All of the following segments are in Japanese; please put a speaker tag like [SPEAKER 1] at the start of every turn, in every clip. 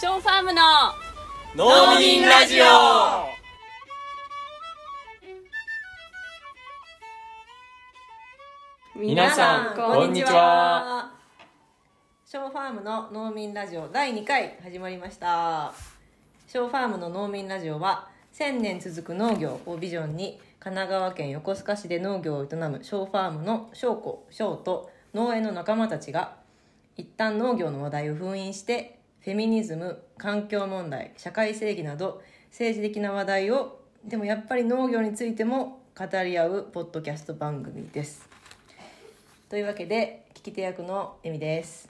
[SPEAKER 1] ショーファームの
[SPEAKER 2] 農民ラジオ皆さんこんにちは
[SPEAKER 3] ショーファームの農民ラジオ第2回始まりましたショーファームの農民ラジオは1000年続く農業をビジョンに神奈川県横須賀市で農業を営むショーファームの商工商と農園の仲間たちが一旦農業の話題を封印してフェミニズム環境問題社会正義など政治的な話題をでもやっぱり農業についても語り合うポッドキャスト番組ですというわけで聞き手役のエミです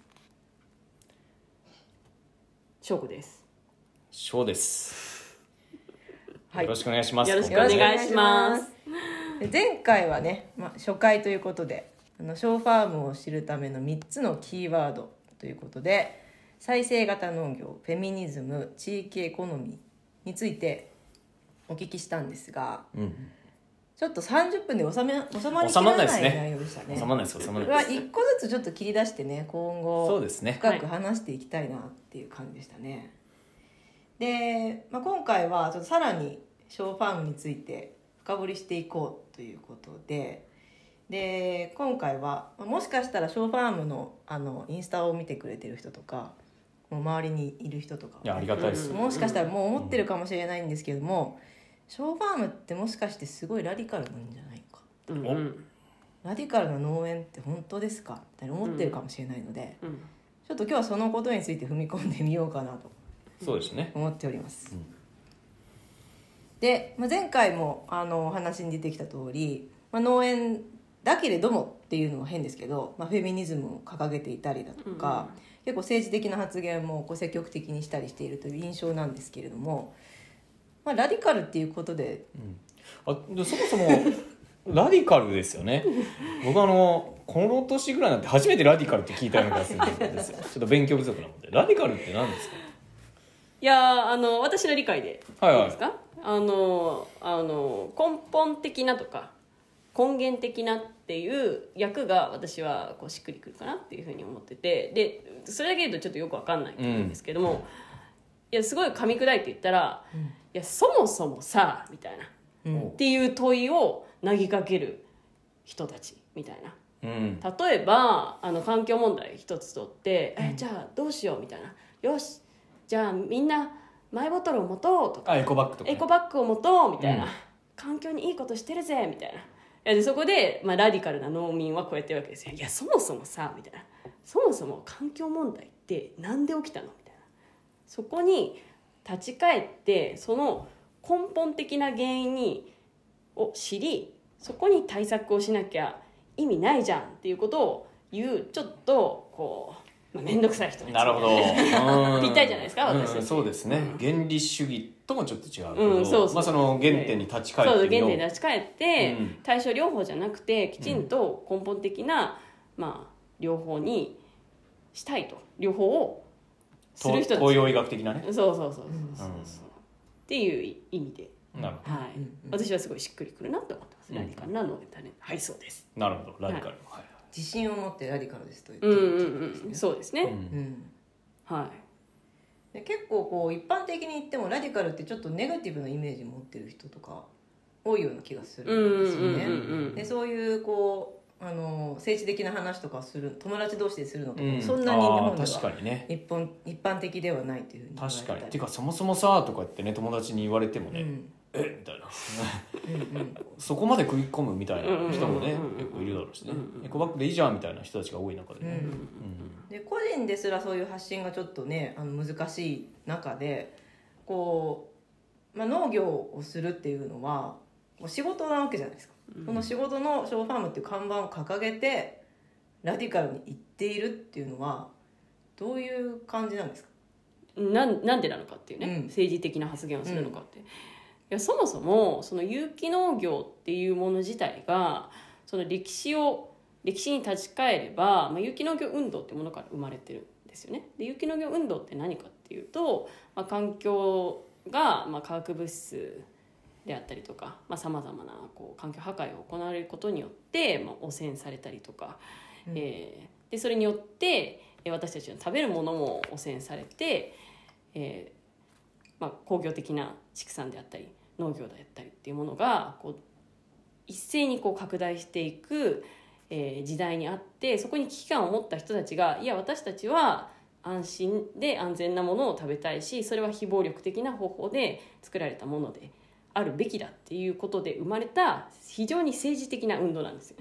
[SPEAKER 3] 翔子です
[SPEAKER 2] 翔です、
[SPEAKER 3] はい
[SPEAKER 2] よろしくお願いします
[SPEAKER 1] よろしくお
[SPEAKER 3] よろ
[SPEAKER 1] 願
[SPEAKER 3] しくお願
[SPEAKER 1] い
[SPEAKER 3] い
[SPEAKER 1] し
[SPEAKER 3] し
[SPEAKER 1] ま
[SPEAKER 3] ますすで前回はね、まあ、初回ということであのショーファームを知るための3つのキーワードということで再生型農業フェミニズム地域エコノミーについてお聞きしたんですが、
[SPEAKER 2] うん
[SPEAKER 3] ちょっと30分で収め収まりき
[SPEAKER 2] 収ま
[SPEAKER 3] ら
[SPEAKER 2] んな
[SPEAKER 3] ない
[SPEAKER 2] です
[SPEAKER 3] い
[SPEAKER 2] ね
[SPEAKER 3] 内容でしたね。
[SPEAKER 2] 収まんないです収まん
[SPEAKER 3] これ
[SPEAKER 2] ない
[SPEAKER 3] は
[SPEAKER 2] です
[SPEAKER 3] 一個ずつちょっと切り出してね今後
[SPEAKER 2] そうですね
[SPEAKER 3] 深く話していきたいなっていう感じでしたね。で、まあ、今回はちょっとさらにショーファームについて深掘りしていこうということでで今回はまあもしかしたらショーファームのあのインスタを見てくれてる人とかもう周りにいる人とかはね、
[SPEAKER 2] いやありがたいです
[SPEAKER 1] うん
[SPEAKER 3] もしかしたらもう思ってるかもしれないんですけども、ショーファームってもしかしてすごいラディカルなんじゃないか
[SPEAKER 1] うん
[SPEAKER 2] お
[SPEAKER 1] うん
[SPEAKER 3] ラディカルな農園って本当ですかみたいな思ってるかもしれないので、
[SPEAKER 1] うん
[SPEAKER 3] ちょっと今日はそのことについて踏み込んでみようかなと
[SPEAKER 2] そうですね
[SPEAKER 3] 思っております、
[SPEAKER 2] うん
[SPEAKER 3] で、まあ、前回もあのお話に出てきた通り、まあ、農園だけれどもっていうのは変ですけど、まあ、フェミニズムを掲げていたりだとか、結構政治的な発言もこう積極的にしたりしているという印象なんですけれども、まあ、ラディカルっていうことで
[SPEAKER 2] あでそもそ もラディカルですよね僕あのこの年ぐらいになって初めてラディカルって聞いたような気がするんですよちょっと勉強不足なのでラディカルって何です
[SPEAKER 1] いやーあの私の理解で
[SPEAKER 2] かはい
[SPEAKER 1] い
[SPEAKER 2] はい
[SPEAKER 1] ですか、あのあの根本的なとか根源的なっていう役が私はこうしっくりくるかなっていうふうに思っててでそれだけ言うとちょっとよくわかんないんですけども、いやすごい噛み砕いて言ったら、いやそもそもさみたいなっ
[SPEAKER 2] うん
[SPEAKER 1] ていう問いを投げかける人たちみたいな
[SPEAKER 2] うん
[SPEAKER 1] 例えばあの環境問題一つとって、えじゃあどうしようみたいなよしじゃあみんなマイボトルを持とうとか
[SPEAKER 2] あエコバッグとかね、
[SPEAKER 1] エコバッグを持とうみたいな、
[SPEAKER 2] うん
[SPEAKER 1] 環境にいいことしてるぜみたいないやでそこで、まあ、ラディカルな農民はこうやってるわけですよいやそもそもさみたいなそもそも環境問題ってなんで起きたのみたいなそこに立ち返ってその根本的な原因にを知りそこに対策をしなきゃ意味ないじゃんっていうことを言うちょっとこう、まあ、面倒くさい人たち
[SPEAKER 2] なるほどうん
[SPEAKER 1] ぴったりじゃないですか私たち
[SPEAKER 2] うんそうですね原理主義ともちょっと違うけど、
[SPEAKER 1] うんそうそう
[SPEAKER 2] まあ、その原点に立ち返
[SPEAKER 1] そう
[SPEAKER 2] って
[SPEAKER 1] 原
[SPEAKER 2] みよ
[SPEAKER 1] 点
[SPEAKER 2] う
[SPEAKER 1] に立ち返って、
[SPEAKER 2] うん
[SPEAKER 1] 対症療法じゃなくてきちんと根本的な、まあ、療法にしたいと療法をする
[SPEAKER 2] 東
[SPEAKER 1] 人たち
[SPEAKER 2] 東洋医学的なね、
[SPEAKER 1] そうそうそうそうそうそう、っていう意味で、
[SPEAKER 2] なるほ
[SPEAKER 1] はい私はすごいしっくりくるなと思ってます、何かなのタレントはいそうです
[SPEAKER 2] どなるほどラディカル、はい
[SPEAKER 3] 自信を持ってラディカルですと言って
[SPEAKER 1] うんうん
[SPEAKER 3] る
[SPEAKER 1] うんそうですね、
[SPEAKER 2] うん
[SPEAKER 3] うん
[SPEAKER 1] は
[SPEAKER 3] で結構こう一般的に言ってもラディカルってちょっとネガティブなイメージ持ってる人とか多いような気がす
[SPEAKER 1] いうん
[SPEAKER 3] るん
[SPEAKER 1] う
[SPEAKER 3] です
[SPEAKER 1] ん
[SPEAKER 3] よ
[SPEAKER 1] うん
[SPEAKER 3] ね。
[SPEAKER 1] うん
[SPEAKER 3] でそういうこうあの政治的な話とかする友達同士でするのとかも、
[SPEAKER 2] うん
[SPEAKER 3] そんなに日
[SPEAKER 2] あ
[SPEAKER 3] 本
[SPEAKER 2] ー
[SPEAKER 3] で
[SPEAKER 2] 確か
[SPEAKER 3] は
[SPEAKER 2] にね
[SPEAKER 3] 一本一般的ではないというふうに言われ
[SPEAKER 2] 確かに
[SPEAKER 3] た
[SPEAKER 2] て
[SPEAKER 3] り
[SPEAKER 2] かそもそもさとかってね友達に言われてもね、
[SPEAKER 3] うん
[SPEAKER 2] えみたいな
[SPEAKER 3] うんうん
[SPEAKER 2] そこまで食い込むみたいな人もね
[SPEAKER 1] うんうんうんうん
[SPEAKER 2] 結構いるだろうしね、
[SPEAKER 1] うんうん
[SPEAKER 2] エコバッグでいいじゃんみたいな人たちが多い中でね、
[SPEAKER 3] うんで個人ですらそういう発信がちょっとねあの難しい中でこう、まあ、農業をするっていうのはもう仕事なわけじゃないですか、その仕事のショーファームっていう看板を掲げてラディカルに行っているっていうのはどういう感じなんですか
[SPEAKER 1] なんなんでなのかっていうね、
[SPEAKER 3] うん
[SPEAKER 1] 政治的な発言をするのかって、いやそもそもその有機農業っていうもの自体がその歴史を歴史に立ち返れば、まあ、有機農業運動ってものから生まれてるんですよね。で有機農業運動って何かっていうと、まあ、環境が、まあ、化学物質であったりとかさまざ、まなこう環境破壊を行われることによって、まあ、汚染されたりとか、
[SPEAKER 3] うん
[SPEAKER 1] えーでそれによってえー私たちの食べるものも汚染されて、ええーまあ、工業的な畜産であったり農業であったりっていうものがこう一斉にこう拡大していく、えー時代にあってそこに危機感を持った人たちがいや私たちは安心で安全なものを食べたいしそれは非暴力的な方法で作られたものであるべきだっていうことで生まれた非常に政治的な運動なんですよ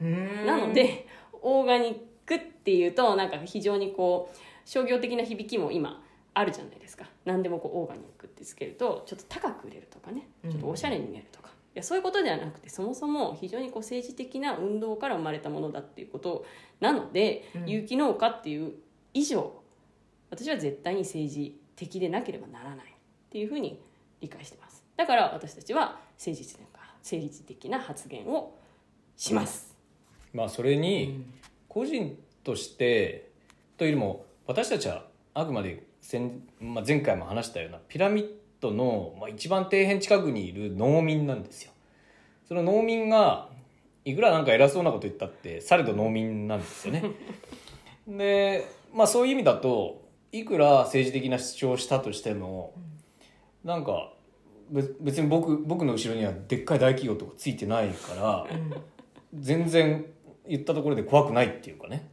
[SPEAKER 1] ね。な
[SPEAKER 3] な
[SPEAKER 1] のでオーガニックっていうとなんか非常にこう商業的な響きも今あるじゃないですか何でもこうオーガニックってつけるとちょっと高く売れるとかね
[SPEAKER 3] うん
[SPEAKER 1] ちょっとおしゃれに見えるとか、いやそういうことではなくてそもそも非常にこう政治的な運動から生まれたものだっていうことなので、
[SPEAKER 3] うん
[SPEAKER 1] 有機農家っていう以上私は絶対に政治的でなければならないっていうふうに理解してますだから私たちは政治的な政治的な発言をします。
[SPEAKER 2] まあそれ
[SPEAKER 3] う
[SPEAKER 2] に
[SPEAKER 3] ん
[SPEAKER 2] 個人としてというよりも私たちはあくまで先、まあ、前回も話したようなピラミッドの、まあ、一番底辺近くにいる農民なんですよ。その農民がいくらなんか偉そうなこと言ったってされど農民なんですよ ね。でまあそういう意味だといくら政治的な主張をしたとしてもなんかべ別に僕僕の後ろにはでっかい大企業とかついてないから全然言ったところで怖くないっていうかね、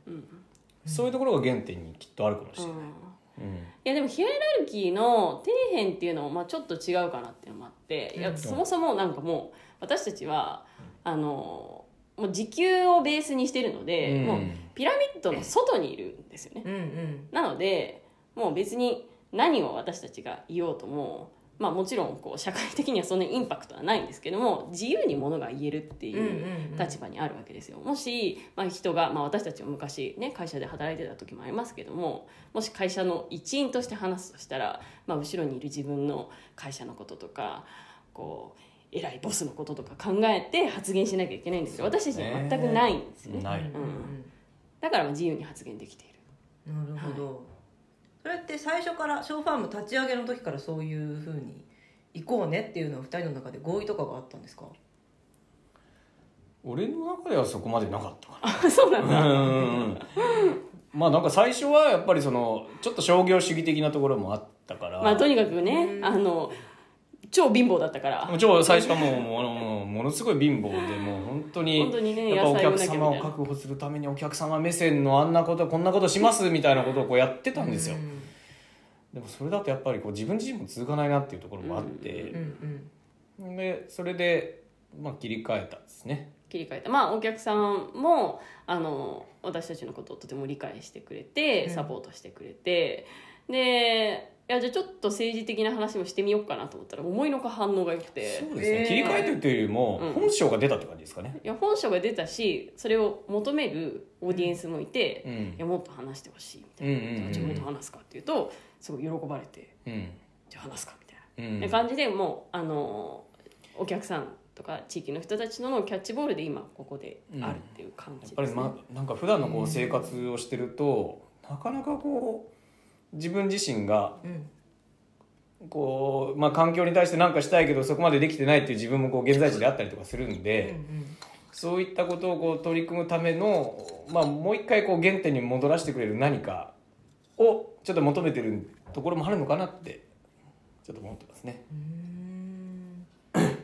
[SPEAKER 2] そういうところが原点にきっとあるかもしれない。
[SPEAKER 1] うん
[SPEAKER 2] うん
[SPEAKER 1] いやでもヒエラルキーの底辺っていうのもまあちょっと違うかなっていうのもあって、いやそもそもなんかもう私たちは、あのもう時給をベースにしてるので、
[SPEAKER 2] うん
[SPEAKER 1] もうピラミッドの外にいるんですよね。
[SPEAKER 3] うんうん
[SPEAKER 1] なのでもう別に何を私たちが言おうとも、まあ、もちろんこう社会的にはそんなにインパクトはないんですけども自由にものが言えるっていう。
[SPEAKER 3] うんうん
[SPEAKER 1] 立場にあるわけですよもし、まあ、人が、まあ、私たちも昔、ね、会社で働いてた時もありますけどももし会社の一員として話すとしたら、まあ、後ろにいる自分の会社のこととかこう偉いボスのこととか考えて発言しなきゃいけないんですけど私たちには全くないんですよね
[SPEAKER 2] ない
[SPEAKER 3] うんうん
[SPEAKER 1] だからまあ自由に発言できている
[SPEAKER 3] うんなるほど、それって最初からショーファーム立ち上げの時からそういうふうに行こうねっていうのは2人の中で合意とかがあったんですか
[SPEAKER 2] 俺の中ではそこまでなかったかな。
[SPEAKER 1] あそうなんだ
[SPEAKER 2] うんまあなんか最初はやっぱりそのちょっと商業主義的なところもあったから、
[SPEAKER 1] まあとにかくね
[SPEAKER 3] うん
[SPEAKER 1] あの超貧乏だったから
[SPEAKER 2] もう超最初はもうもうもうものすごい貧乏でもう本当に
[SPEAKER 1] 本当にね
[SPEAKER 2] やっぱお
[SPEAKER 1] 野菜を
[SPEAKER 2] 客
[SPEAKER 1] なきゃみたいな
[SPEAKER 2] 様を確保するためにお客様目線のあんなことこんなことしますみたいなことをこうやってたんですよ、
[SPEAKER 3] う
[SPEAKER 2] でもそれだとやっぱりこう自分自身も続かないなっていうところもあっ
[SPEAKER 3] んう
[SPEAKER 2] て、
[SPEAKER 3] ん
[SPEAKER 2] でそれで、まあ、切り替えたんですね
[SPEAKER 1] 切り替えたまあお客さんもあの私たちのことをとても理解してくれて
[SPEAKER 3] うん
[SPEAKER 1] サポートしてくれて、でいやじゃあちょっと政治的な話もしてみようかなと思ったら思いのほか反応が良くて
[SPEAKER 2] そうですね、
[SPEAKER 3] えー
[SPEAKER 2] 切り替えてるというよりも
[SPEAKER 1] うん
[SPEAKER 2] 本性が出たって感じですかね、
[SPEAKER 1] いや本書が出たしそれを求めるオーディエンスもいて、
[SPEAKER 2] う
[SPEAKER 1] い
[SPEAKER 2] ん
[SPEAKER 1] やもっと話してほしいみた
[SPEAKER 2] う
[SPEAKER 1] い
[SPEAKER 2] んう
[SPEAKER 1] な、
[SPEAKER 2] ん
[SPEAKER 1] じゃあもっと
[SPEAKER 2] う
[SPEAKER 1] 話すかっていうとすごい喜ばれて
[SPEAKER 2] んうん
[SPEAKER 1] じゃあ話すかみたいな、
[SPEAKER 2] うん
[SPEAKER 1] な感じでもうあのお客さんとか地域の人たちとのキャッチボールで今ここであるっていう感
[SPEAKER 2] やっ
[SPEAKER 1] じ
[SPEAKER 2] ぱ
[SPEAKER 1] で
[SPEAKER 2] り、
[SPEAKER 1] すね、
[SPEAKER 2] ま、なんか普段のこう生活をしてると、なかなかこう自分自身が
[SPEAKER 3] うん
[SPEAKER 2] こう、まあ、環境に対して何かしたいけどそこまでできてないっていう自分もこう現在地であったりとかするん
[SPEAKER 3] うんう
[SPEAKER 2] で、
[SPEAKER 3] ん
[SPEAKER 2] そういったことをこう取り組むための、まあ、もう一回こう原点に戻らせてくれる何かをちょっと求めてるところもあるのかなってちょっと思ってますね。
[SPEAKER 3] うーん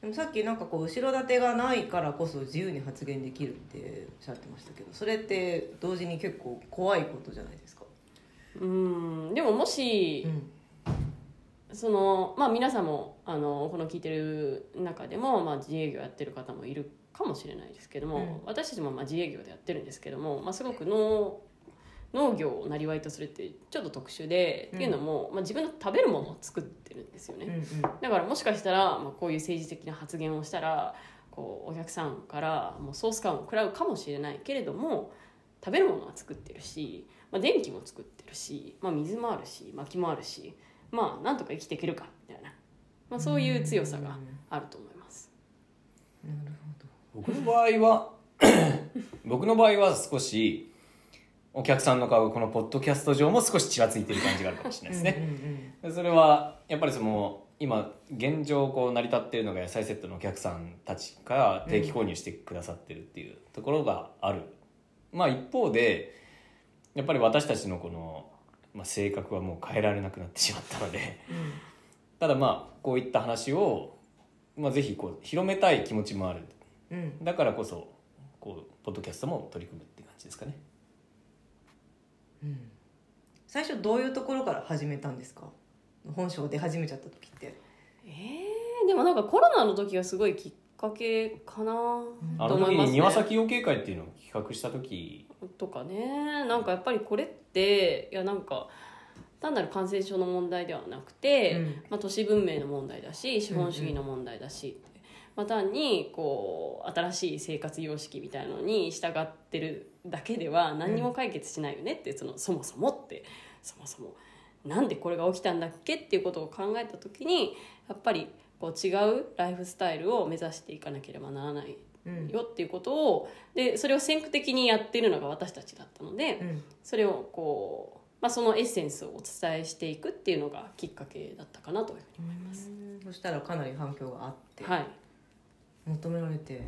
[SPEAKER 3] でもさっきなんかこう後ろ盾がないからこそ自由に発言できるっておっしゃってましたけどそれって同時に結構怖いことじゃないですか、
[SPEAKER 1] うんでももし、
[SPEAKER 3] ん
[SPEAKER 1] そのまあ皆さんもあのこの聞いてる中でも、まあ、自営業やってる方もいるかもしれないですけども、
[SPEAKER 3] うん
[SPEAKER 1] 私たちもまあ自営業でやってるんですけども、まあ、すごく農農業を生りわいとするってちょっと特殊で、
[SPEAKER 3] うん
[SPEAKER 1] っていうのも、まあ、自分の食べるものを作ってるんですよね、
[SPEAKER 3] うんうん、
[SPEAKER 1] だからもしかしたら、まあ、こういう政治的な発言をしたらこうお客さんからもうソース感を食らうかもしれないけれども食べるものは作ってるし、まあ、電気も作ってるし、まあ、水もあるし薪もあるしまあなんとか生きていけるかみたいな、まあ、そういう強さがあると思います。
[SPEAKER 3] なるほど
[SPEAKER 2] 僕の場合は 僕の場合は少しお客さんの顔がこのポッドキャスト上も少しちらついてる感じがあるかもしれないですね。
[SPEAKER 3] ね
[SPEAKER 2] でそれはやっぱりその今現状こう成り立っているのが野菜セットのお客さんたちが定期購入してくださってるっていうところがある、まあ一方でやっぱり私たちのこのまあ、性格はもう変えられなくなってしまったので ただまあこういった話を、まあ、ぜひこう広めたい気持ちもある
[SPEAKER 3] うん
[SPEAKER 2] だからこそこうポッドキャストも取り組むって感じですかね
[SPEAKER 3] 最初どういうところから始めたんですか本性で始めちゃった時って
[SPEAKER 1] えー、でもなんかコロナの時がすごいきっかけかな
[SPEAKER 2] あ
[SPEAKER 1] と思
[SPEAKER 2] の時
[SPEAKER 1] いま
[SPEAKER 2] に
[SPEAKER 1] すね
[SPEAKER 2] 庭先養鶏会っていうのを企画した時
[SPEAKER 1] とかねなんかやっぱりこれっていやなんか単なる感染症の問題ではなくて、
[SPEAKER 3] うん
[SPEAKER 1] まあ、都市文明の問題だし資本主義の問題だし、まあ、単にこう新しい生活様式みたいのに従ってるだけでは何にも解決しないよねってそのそもそもってそもそもなんでこれが起きたんだっけっていうことを考えた時にやっぱりこう違うライフスタイルを目指していかなければならない
[SPEAKER 3] うん
[SPEAKER 1] よっていうことをでそれを先駆的にやってるのが私たちだったので
[SPEAKER 3] うん
[SPEAKER 1] それをこう、まあ、そのエッセンスをお伝えしていくっていうのがきっかけだったかなというふうに思います。
[SPEAKER 3] そしたらかなり反響があって、
[SPEAKER 1] はい、
[SPEAKER 3] 求められて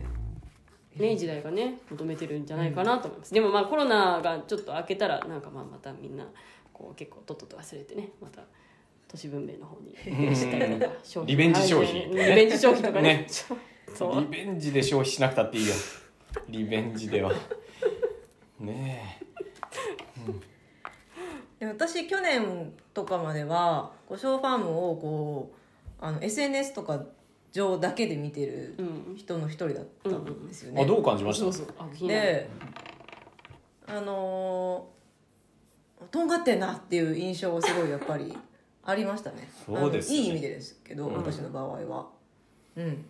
[SPEAKER 1] ね、時代がね求めてるんじゃないかなと思います、でもまあコロナがちょっと明けたらなんかまあまたみんなこう結構とっとと忘れてねまた都市文明の方に移したりとか消費
[SPEAKER 2] リベンジ消費
[SPEAKER 1] リベンジ消費とかね
[SPEAKER 2] ね
[SPEAKER 1] そう
[SPEAKER 2] リベンジで消費しなくたっていいよリベンジではねえ
[SPEAKER 3] で私去年とかまではこうショーファームをこうあの SNS とか上だけで見てる
[SPEAKER 1] うん
[SPEAKER 3] 人の一人だったんですよね、
[SPEAKER 2] あどう感じました
[SPEAKER 1] そうそうあ気になる
[SPEAKER 3] であのーとんがってんなっていう印象がすごいやっぱ りありましたね
[SPEAKER 2] そうですよね
[SPEAKER 3] あのいい意味でですけど、
[SPEAKER 2] うん
[SPEAKER 3] 私の場合はうん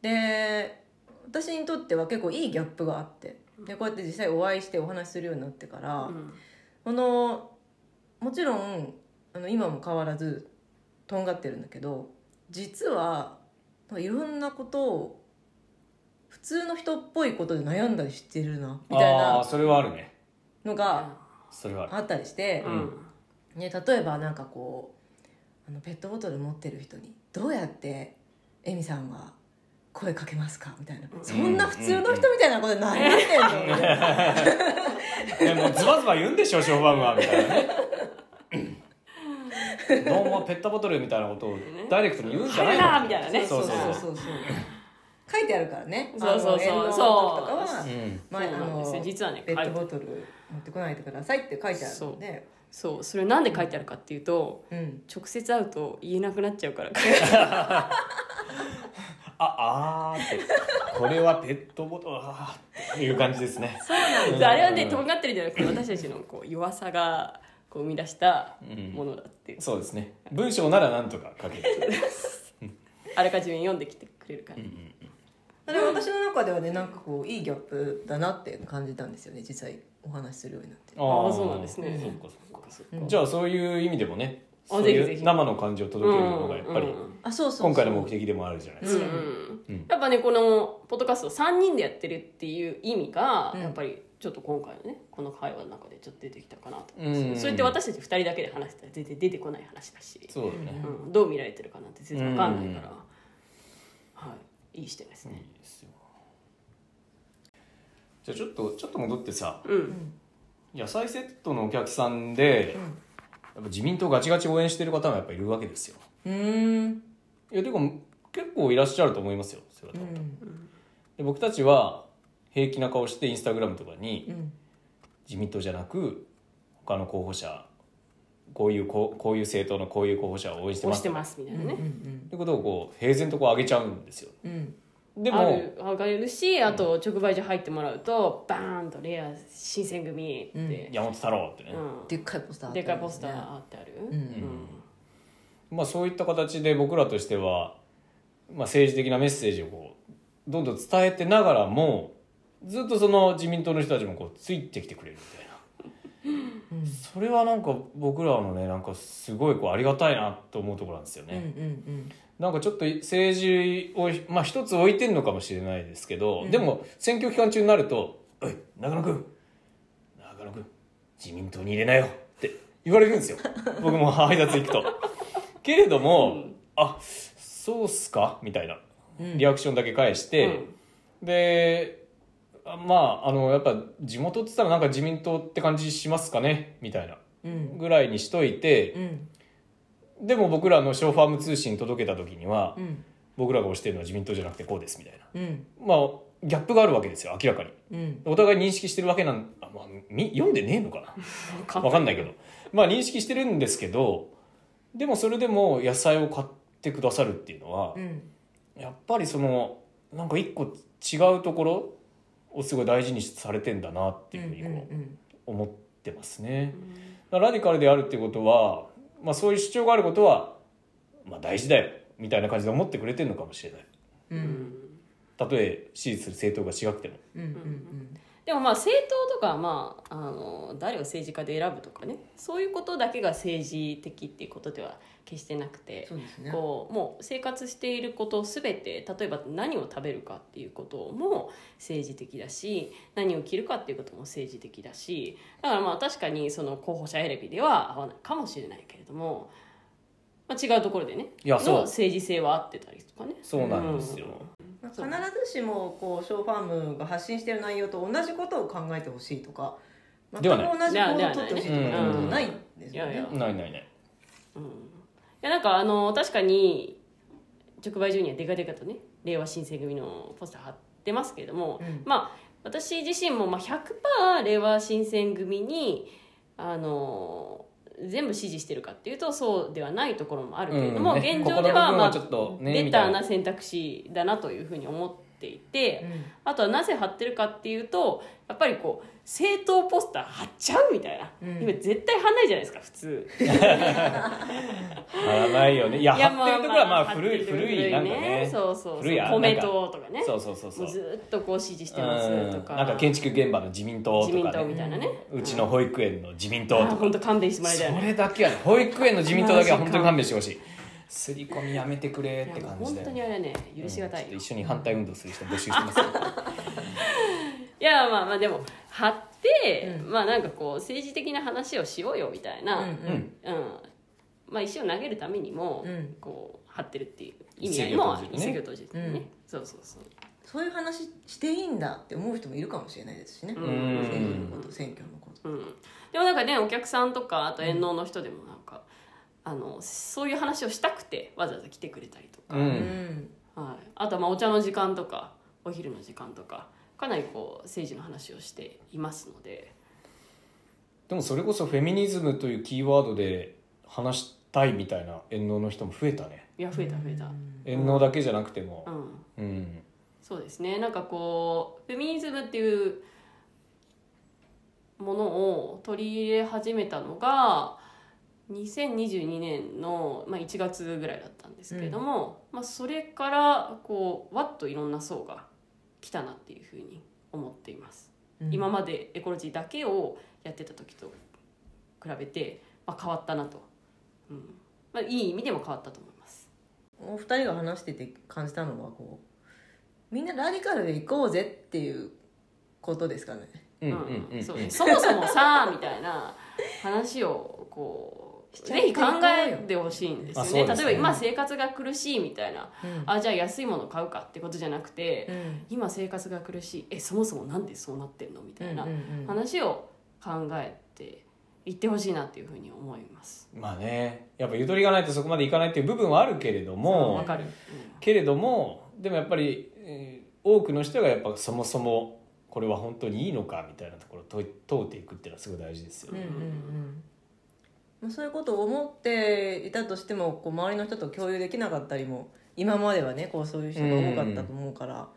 [SPEAKER 3] で私にとっては結構いいギャップがあってでこうやって実際お会いしてお話しするようになってから、
[SPEAKER 1] うん
[SPEAKER 3] このもちろんあの今も変わらずとんがってるんだけど実はなんかいろんなことを普通の人っぽいことで悩んだりしてるなみたい
[SPEAKER 2] ああー
[SPEAKER 3] な
[SPEAKER 2] それはあるね
[SPEAKER 3] のが
[SPEAKER 2] それはある
[SPEAKER 3] あったりして
[SPEAKER 1] う、ん
[SPEAKER 3] ね、例えばなんかこうあのペットボトル持ってる人に「どうやってエミさんは声かけますか?」みたいな、そんな普通の人みたいなことで悩んでんの、
[SPEAKER 2] いやもうズバズバ言うんでしょショーバムはみた いなねどうもペットボトルみたいなことをダイレクトに言うんじゃな
[SPEAKER 1] 入
[SPEAKER 2] い
[SPEAKER 1] るなみたいなね
[SPEAKER 2] そうそうそう
[SPEAKER 3] そうそう書いてあるからね
[SPEAKER 1] そうそうそう
[SPEAKER 3] あの遠慮の時とかは
[SPEAKER 1] そう
[SPEAKER 2] うん
[SPEAKER 3] まあ
[SPEAKER 1] そうなんですよ実はね
[SPEAKER 3] ペットボトル持ってこないでくださいって書いてある
[SPEAKER 1] そ
[SPEAKER 3] の
[SPEAKER 1] う
[SPEAKER 3] で
[SPEAKER 1] そうそれなんで書いてあるかっていうと
[SPEAKER 3] うん
[SPEAKER 1] 直接会うと言えなくなっちゃうから
[SPEAKER 2] ああーってこれはペットボトルあーっていう感じですねそうなん
[SPEAKER 1] あれはねとんがってるんじゃなくて私たちのこう弱さがこう生み出したものだって、
[SPEAKER 2] そうですね文章ならなんとか書 ける
[SPEAKER 1] あらかじめ読んできてくれるから、
[SPEAKER 3] それは私の中ではねなんかこういいギャップだなって感じたんですよね実際お話しするようになって
[SPEAKER 1] ああそうなんですね
[SPEAKER 2] そっかそっか
[SPEAKER 1] そう
[SPEAKER 2] じゃあそういう意味でもね
[SPEAKER 1] あ
[SPEAKER 2] そう
[SPEAKER 1] ぜひ
[SPEAKER 2] い
[SPEAKER 1] ぜひ
[SPEAKER 2] う生の感じを届けるのがやっぱり
[SPEAKER 1] うん
[SPEAKER 3] あそうそうそう
[SPEAKER 2] 今回の目的でもあるじゃないです
[SPEAKER 1] う
[SPEAKER 2] か
[SPEAKER 1] ん
[SPEAKER 2] うん
[SPEAKER 1] やっぱねこのポッドキャスト3人でやってるっていう意味が、
[SPEAKER 3] うん
[SPEAKER 1] やっぱりちょっと今回のねこの会話の中でちょっと出てきたかなと思います、
[SPEAKER 2] うん
[SPEAKER 1] それって私たち2人だけで話したら全然出てこない話だし
[SPEAKER 2] そうだね
[SPEAKER 1] うん、どう見られてるかなんて全然わかんないから、
[SPEAKER 2] うん
[SPEAKER 1] はい、いい視点です
[SPEAKER 2] いい
[SPEAKER 1] ね。
[SPEAKER 2] ですよじゃあちょっとちょっと戻ってさ
[SPEAKER 1] うん、
[SPEAKER 2] 野菜セットのお客さんで、やっぱ自民党ガチガチ応援してる方もやっぱいるわけですよ
[SPEAKER 3] うーん
[SPEAKER 2] いやてか結構いらっしゃると思いますよそういう
[SPEAKER 3] う
[SPEAKER 2] 方
[SPEAKER 3] ん
[SPEAKER 2] で僕たちは平気な顔してインスタグラムとかに
[SPEAKER 3] うん
[SPEAKER 2] 自民党じゃなく他の候補者こういうこうこういう政党のこういう候補者を応援してま
[SPEAKER 1] 押し
[SPEAKER 2] す
[SPEAKER 1] て
[SPEAKER 2] とか
[SPEAKER 1] ますみたいな
[SPEAKER 3] うん
[SPEAKER 1] ね。
[SPEAKER 2] ってことをこう平然とこう上げちゃうんですよ
[SPEAKER 3] うん
[SPEAKER 2] で
[SPEAKER 1] あ
[SPEAKER 2] も
[SPEAKER 1] る上がれるしあと直売所入ってもらうとバーンとレア新選組って、
[SPEAKER 2] 山本太郎ってね、
[SPEAKER 1] うん
[SPEAKER 3] でっかいポスターあった
[SPEAKER 1] で
[SPEAKER 3] り
[SPEAKER 1] っか
[SPEAKER 3] ね
[SPEAKER 1] いポスターあってある、
[SPEAKER 3] うん
[SPEAKER 2] まあ、そういった形で僕らとしては、まあ、政治的なメッセージをこうどんどん伝えてながらもずっとその自民党の人たちもこうついてきてくれるみたいな。それはなんか僕らのねなんかすごいこうありがたいなと思うところなんですよ
[SPEAKER 3] うんうん
[SPEAKER 2] ね、
[SPEAKER 3] うん
[SPEAKER 2] なんかちょっと政治をまあ一つ置いてるのかもしれないですけど、
[SPEAKER 3] うん
[SPEAKER 2] でも選挙期間中になると「おい中野君中野君自民党に入れなよ」って言われるんです よ僕も配達行くとけれども「あそうっすか?」みたいな
[SPEAKER 3] うん
[SPEAKER 2] リアクションだけ返して、であまああのやっぱ地元って言ったらなんか自民党って感じしますかねみたいな
[SPEAKER 3] うん
[SPEAKER 2] ぐらいにしといて
[SPEAKER 3] う、ん
[SPEAKER 2] でも僕らのショーファーム通信届けた時には、
[SPEAKER 3] うん
[SPEAKER 2] 僕らが推してるのは自民党じゃなくてこうですみたいな
[SPEAKER 3] うん
[SPEAKER 2] まあギャップがあるわけですよ明らかに
[SPEAKER 3] うん
[SPEAKER 2] お互い認識してるわけなんあ、まあ、み読んでねえのかな分かんないけどまあ認識してるんですけどでもそれでも野菜を買ってくださるっていうのは
[SPEAKER 3] う、ん
[SPEAKER 2] やっぱりそのなんか一個違うところをすごい大事にされてんだなっていうふうにこう、
[SPEAKER 3] うん
[SPEAKER 2] 思ってますね。だからラディカルであるってことは、まあ、そういう主張があることは、まあ、大事だよみたいな感じで思ってくれてるのかもしれない
[SPEAKER 3] うんうん
[SPEAKER 2] たとえ支持する政党が違くても
[SPEAKER 3] うんうん
[SPEAKER 1] でもまあ政党とかはまああの誰を政治家で選ぶとかねそういうことだけが政治的っていうことでは決してなくて
[SPEAKER 3] そうですね
[SPEAKER 1] こうもう生活していることすべて例えば何を食べるかっていうことも政治的だし何を着るかっていうことも政治的だしだからまあ確かにその候補者選びでは合わないかもしれないけれども、まあ、違うところでね
[SPEAKER 2] いやそう
[SPEAKER 1] の政治性は合ってたりとかね。
[SPEAKER 2] そうなんですよ、
[SPEAKER 3] まあ必ずしもこうショーファームが発信してる内容と同じことを考えてほしいとか全く
[SPEAKER 2] で
[SPEAKER 3] 同
[SPEAKER 2] は
[SPEAKER 3] じ
[SPEAKER 2] ない
[SPEAKER 3] 行動を取ってほしいとかってこと
[SPEAKER 2] うん
[SPEAKER 3] ないですよ
[SPEAKER 1] いや
[SPEAKER 3] ね
[SPEAKER 1] い。
[SPEAKER 2] ないないない
[SPEAKER 1] うんいやなんかあの確かに直売所にはデカデカとね令和新選組のポスター貼ってますけれども、
[SPEAKER 3] うん
[SPEAKER 1] まあ私自身もまあ100%令和新選組にあの全部支持してるかっていうとそうではないところもあるけれども、
[SPEAKER 2] うんね
[SPEAKER 1] 現状で
[SPEAKER 2] ここの
[SPEAKER 1] は
[SPEAKER 2] 部分
[SPEAKER 1] ま
[SPEAKER 2] は
[SPEAKER 1] あ
[SPEAKER 2] ちょっとね
[SPEAKER 1] ベ
[SPEAKER 2] みたい
[SPEAKER 1] ター
[SPEAKER 2] な
[SPEAKER 1] な選択肢だなというふうに思っていて、
[SPEAKER 3] うん
[SPEAKER 1] あとはなぜ貼ってるかっていうとやっぱりこう政党ポスター貼っちゃうみたいな、
[SPEAKER 3] うん
[SPEAKER 1] 今絶対貼んないじゃないですか普通。
[SPEAKER 2] 貼らないよねいや
[SPEAKER 1] いや
[SPEAKER 2] 貼ってるところはまあ古い
[SPEAKER 1] 貼ってる
[SPEAKER 2] 古いなんかね
[SPEAKER 1] そうそうそ
[SPEAKER 2] 古
[SPEAKER 1] う
[SPEAKER 2] いあ
[SPEAKER 1] 米党とかね
[SPEAKER 2] そうそうそうそう
[SPEAKER 1] もうずっとこう支持してますとか
[SPEAKER 2] うんなんか建築現場の自民党とか、
[SPEAKER 1] 自
[SPEAKER 2] ね、
[SPEAKER 1] 民党みたいなね
[SPEAKER 2] うちの保育園の自民党とか、
[SPEAKER 1] 本当勘弁してもらい
[SPEAKER 2] そ
[SPEAKER 1] たいよね
[SPEAKER 2] れだけはね保育園の自民党だけは本当に勘弁してほしい刷り込みやめてくれって
[SPEAKER 1] いやもう
[SPEAKER 2] 感じ
[SPEAKER 1] 本
[SPEAKER 2] だよ
[SPEAKER 1] 当
[SPEAKER 2] ね
[SPEAKER 1] にあれね許しがたいよ、
[SPEAKER 2] うんちょっと
[SPEAKER 1] い
[SPEAKER 2] 一緒に反対運動する人募集してますよ
[SPEAKER 1] やまあまあでも貼って、
[SPEAKER 3] う
[SPEAKER 1] まあなんかこう政治的な話をしようよみたいな、
[SPEAKER 3] う
[SPEAKER 1] うんん
[SPEAKER 2] うん
[SPEAKER 1] まあ石を投げるためにも、
[SPEAKER 3] うん
[SPEAKER 1] こう貼ってるっていう意味合いもある
[SPEAKER 2] 一
[SPEAKER 1] 一
[SPEAKER 2] 石を
[SPEAKER 1] 石を投じてね、
[SPEAKER 3] うん
[SPEAKER 1] そうそうそう
[SPEAKER 3] そういう話していいんだって思う人もいるかもしれないですしね
[SPEAKER 1] う
[SPEAKER 2] う
[SPEAKER 1] ん
[SPEAKER 2] ん
[SPEAKER 3] 政治のこと選挙のこと
[SPEAKER 1] うん、でもなんかねお客さんとかあと遠納の人でもなんか、あのそういう話をしたくてわざわざ来てくれたりとか、
[SPEAKER 2] う
[SPEAKER 3] うんん
[SPEAKER 1] はい、あとはまあお茶の時間とかお昼の時間とかかなりこう政治の話をしていますので
[SPEAKER 2] でもそれこそフェミニズムというキーワードで話したいみたいな遠納の人も増えたね
[SPEAKER 1] いや増えた増えた、
[SPEAKER 2] 遠納だけじゃなくても
[SPEAKER 1] うん、
[SPEAKER 2] うん
[SPEAKER 1] そうですねなんかこうフェミニズムっていうものを取り入れ始めたのが2022年の、まあ、1月ぐらいだったんですけれども、まあ、それからこうわっといろんな層が来たなっていうふうに思っています。今までエコロジーだけをやってた時と比べて、まあ、変わったなと、うんまあ、いい意味でも変わったと思います。
[SPEAKER 3] お二人が話してて感じたのはこうみんなラディカルで行こうぜっていうことですかね
[SPEAKER 2] うんうん
[SPEAKER 1] う
[SPEAKER 2] うんん
[SPEAKER 1] そうねそもそもさみたいな話をこ
[SPEAKER 3] し
[SPEAKER 1] う
[SPEAKER 3] ちゃ
[SPEAKER 1] ぜ
[SPEAKER 3] って
[SPEAKER 1] ひ考えてほしいんですよね
[SPEAKER 2] まあそうですね
[SPEAKER 1] 例えば今生活が苦しいみたいな
[SPEAKER 3] うん
[SPEAKER 1] あじゃあ安いもの買うかってことじゃなくて、
[SPEAKER 3] うん
[SPEAKER 1] 今生活が苦しいえそもそもなんでそうなってんのみたいな
[SPEAKER 3] うんうんうん
[SPEAKER 1] 話を考えていってほしいなっていうふうに思います。
[SPEAKER 2] まあねやっぱゆとりがないとそこまでいかないっていう部分はあるけれど
[SPEAKER 1] わ、
[SPEAKER 2] も
[SPEAKER 1] かる、
[SPEAKER 2] けれどもでもやっぱり、えー多くの人がやっぱそもそもこれは本当にいいのかみたいなところを問い問うていくっていうのはすごい大事ですよ
[SPEAKER 3] うんう
[SPEAKER 2] ね。
[SPEAKER 3] んうんまあそういうことを思っていたとしてもこう周りの人と共有できなかったりも今まではねこうそういう人が多かったと思うから、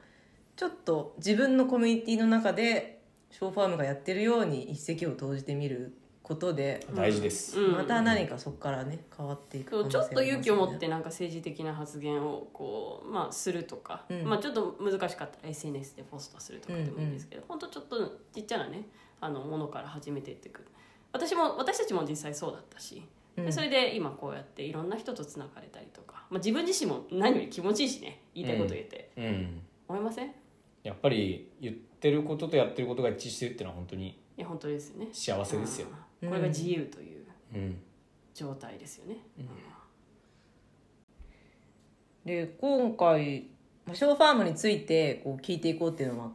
[SPEAKER 3] ちょっと自分のコミュニティの中でショーファームがやってるように一石を投じてみることで、
[SPEAKER 2] 大事です、
[SPEAKER 1] うん
[SPEAKER 3] また何かそこからね変わってい
[SPEAKER 1] そ
[SPEAKER 3] く可能
[SPEAKER 1] う
[SPEAKER 3] 性
[SPEAKER 1] ちょっと勇気を持
[SPEAKER 3] ありますよ
[SPEAKER 1] っ
[SPEAKER 3] ね
[SPEAKER 1] てなんか政治的な発言をこう、まあ、するとか、
[SPEAKER 3] うん
[SPEAKER 1] まあ、ちょっと難しかったら SNS でポストするとかでもいいんですけど、本当ちょっとちっちゃなねあのものから始めていってくる私も私たちも実際そうだったし、で
[SPEAKER 3] うん
[SPEAKER 1] それで今こうやっていろんな人とつながれたりとか、まあ、自分自身も何より気持ちいいしね言いたいこと言えて、
[SPEAKER 2] うん、
[SPEAKER 1] 思いませんい
[SPEAKER 2] やっぱり言ってることとやってることが一致してるっていうのは本当に
[SPEAKER 1] や本当ですよね
[SPEAKER 2] 幸せですよ。
[SPEAKER 1] うんこれが自由という
[SPEAKER 2] うん
[SPEAKER 1] 状態ですよね、
[SPEAKER 3] で今回まあショーファームについてこう聞いていこうっていうのは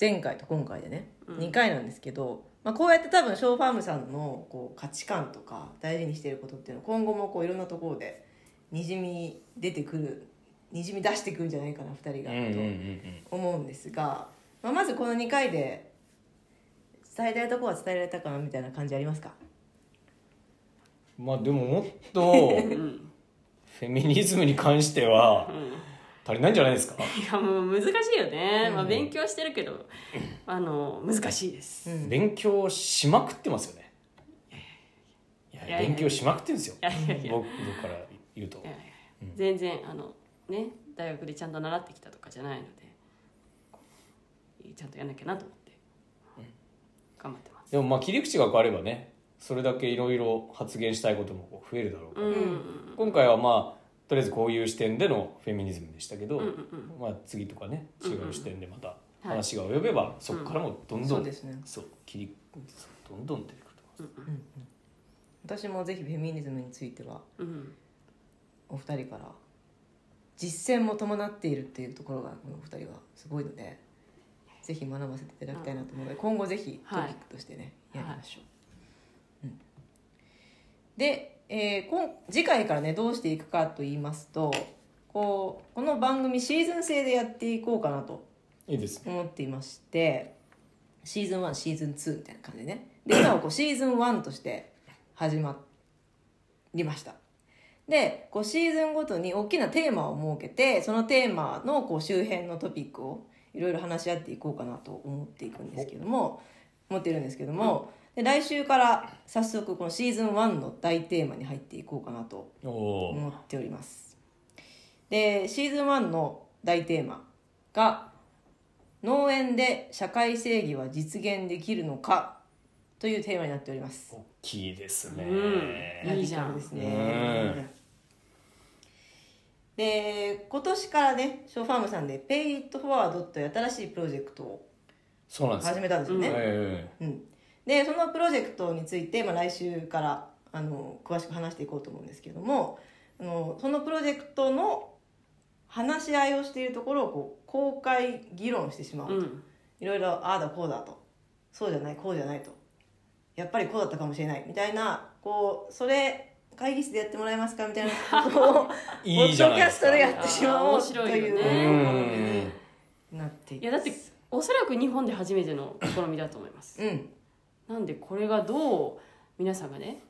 [SPEAKER 3] 前回と今回でね、
[SPEAKER 1] うん
[SPEAKER 3] 2回なんですけど、ままあ、こうやって多分ショーファームさんのこう価値観とか大事にしていることっていうのは今後もこういろんなところでにじみ出てくるにじみ出してくるんじゃないかな2人
[SPEAKER 2] うんうんうん
[SPEAKER 3] がと思うんですが、まあ、まずこの2回で伝えられたことは伝えられたかなみたいな感じありますか
[SPEAKER 2] うんまあでももっと
[SPEAKER 1] うん
[SPEAKER 2] フェミニズムに関しては
[SPEAKER 1] うん
[SPEAKER 2] 足りないんじゃないですか
[SPEAKER 1] いやもう難しいよね、まあ、
[SPEAKER 3] うん
[SPEAKER 1] 勉強してるけどあの難しいです、
[SPEAKER 3] う
[SPEAKER 1] い
[SPEAKER 3] ん
[SPEAKER 2] 勉強しまくってますよね
[SPEAKER 1] い
[SPEAKER 2] いや
[SPEAKER 1] やいや
[SPEAKER 2] 勉強しまくってるんですよ
[SPEAKER 1] やいやいやいやいや
[SPEAKER 2] 僕僕から言うとうん
[SPEAKER 1] 全然あのね大学でちゃんと習ってきたとかじゃないのでちゃんとやんなきゃなと思って、頑張ってます
[SPEAKER 2] でもまあ切り口が変わればねそれだけいろいろ発言したいこともこう増えるだろうか
[SPEAKER 1] う
[SPEAKER 2] ら、
[SPEAKER 1] んうん
[SPEAKER 2] 今回はまあとりあえずこういう視点でのフェミニズムでしたけど、
[SPEAKER 1] うんうんうん
[SPEAKER 2] まあ、次とかね違う視点でまた
[SPEAKER 1] うん
[SPEAKER 2] 話が及べば、そこからもどんど
[SPEAKER 3] そ
[SPEAKER 2] ん、
[SPEAKER 3] うですね
[SPEAKER 2] そう切りそうどんどん出てくると思いま
[SPEAKER 3] 私もぜひフェミニズムについては
[SPEAKER 1] うん
[SPEAKER 3] お二人から実践も伴っているっていうところがこのお二人はすごいのでぜひ学ばせていただきたいなと思うので今後ぜひトピ
[SPEAKER 1] はい
[SPEAKER 3] ックとしてね、やりましょう。うんで、えー今次回からねどうしていくかと言いますとこうこの番組シーズン制でやっていこうかなと
[SPEAKER 2] すいいですね
[SPEAKER 3] 思っていましてシーズン1シーズン2みたいな感じでねで今はこうシーズン1として始まりましたでこうシーズンごとに大きなテーマを設けてそのテーマのこう周辺のトピックをいろいろ話し合っていこうかなと思っていくんですけども思っているんですけども、で来週から早速このシーズン1の大テーマに入っていこうかなと
[SPEAKER 2] おおー
[SPEAKER 3] 思っておりますでシーズン1の大テーマが「農園で社会正義は実現できるのか?」というテーマになっております
[SPEAKER 2] 大きいですね、
[SPEAKER 1] うんいいじゃん
[SPEAKER 3] ラディカルです
[SPEAKER 2] う
[SPEAKER 3] ねで今年からねショーファームさんで「Pay It Forward」という新しいプロジェクトを
[SPEAKER 2] そうなんですよ
[SPEAKER 3] 始めたんですよね、
[SPEAKER 2] え
[SPEAKER 3] うん、でそのプロジェクトについて、まあ、来週からあの詳しく話していこうと思うんですけどもあのそのプロジェクトの話し合いをしているところをこう公開議論してしまう、
[SPEAKER 1] うん
[SPEAKER 3] いろいろああだこうだとそうじゃないこうじゃないとやっぱりこうだったかもしれないみたいなこうそれ会議室でやってもらえますかみたいなことをポ
[SPEAKER 2] えいいじゃ
[SPEAKER 3] ッ
[SPEAKER 2] な
[SPEAKER 3] ドキ
[SPEAKER 2] いで
[SPEAKER 3] ャス
[SPEAKER 2] す
[SPEAKER 3] ト
[SPEAKER 2] か
[SPEAKER 3] でやってしまおう
[SPEAKER 1] 面
[SPEAKER 3] と
[SPEAKER 1] 白い
[SPEAKER 3] い
[SPEAKER 1] よ
[SPEAKER 3] う
[SPEAKER 1] ね
[SPEAKER 2] うん
[SPEAKER 3] なってい
[SPEAKER 1] いやだっておそらく日本で初めての試みだと思います
[SPEAKER 3] うん
[SPEAKER 1] なんでこれがどう皆さんがね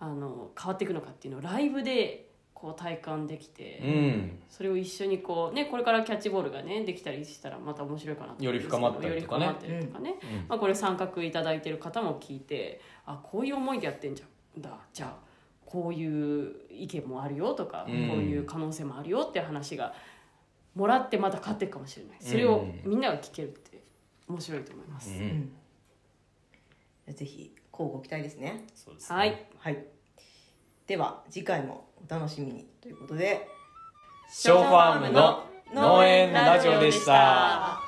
[SPEAKER 1] あの変わっていくのかっていうのをライブでこう体感できて、
[SPEAKER 2] うん
[SPEAKER 1] それを一緒にこう、ね、これからキャッチボールがねできたりしたらまた面白いかなと思うんですけど
[SPEAKER 2] より深まったりとかね
[SPEAKER 1] より深まったりとかね
[SPEAKER 2] うん
[SPEAKER 1] まあ、これ参画いただいてる方も聞いてあこういう思いでやってんじゃんだじゃあこういう意見もあるよとか、
[SPEAKER 2] うん
[SPEAKER 1] こういう可能性もあるよって話がもらってまた買っていくかもしれないそれを
[SPEAKER 2] うん
[SPEAKER 1] みんなが聞けるって面白いと思います、
[SPEAKER 2] う
[SPEAKER 3] うんんぜひ乞うご期待ですね
[SPEAKER 2] そうですね
[SPEAKER 1] はい
[SPEAKER 3] はい。では次回もお楽しみにということで
[SPEAKER 2] ショーファームの農園ラジオでした。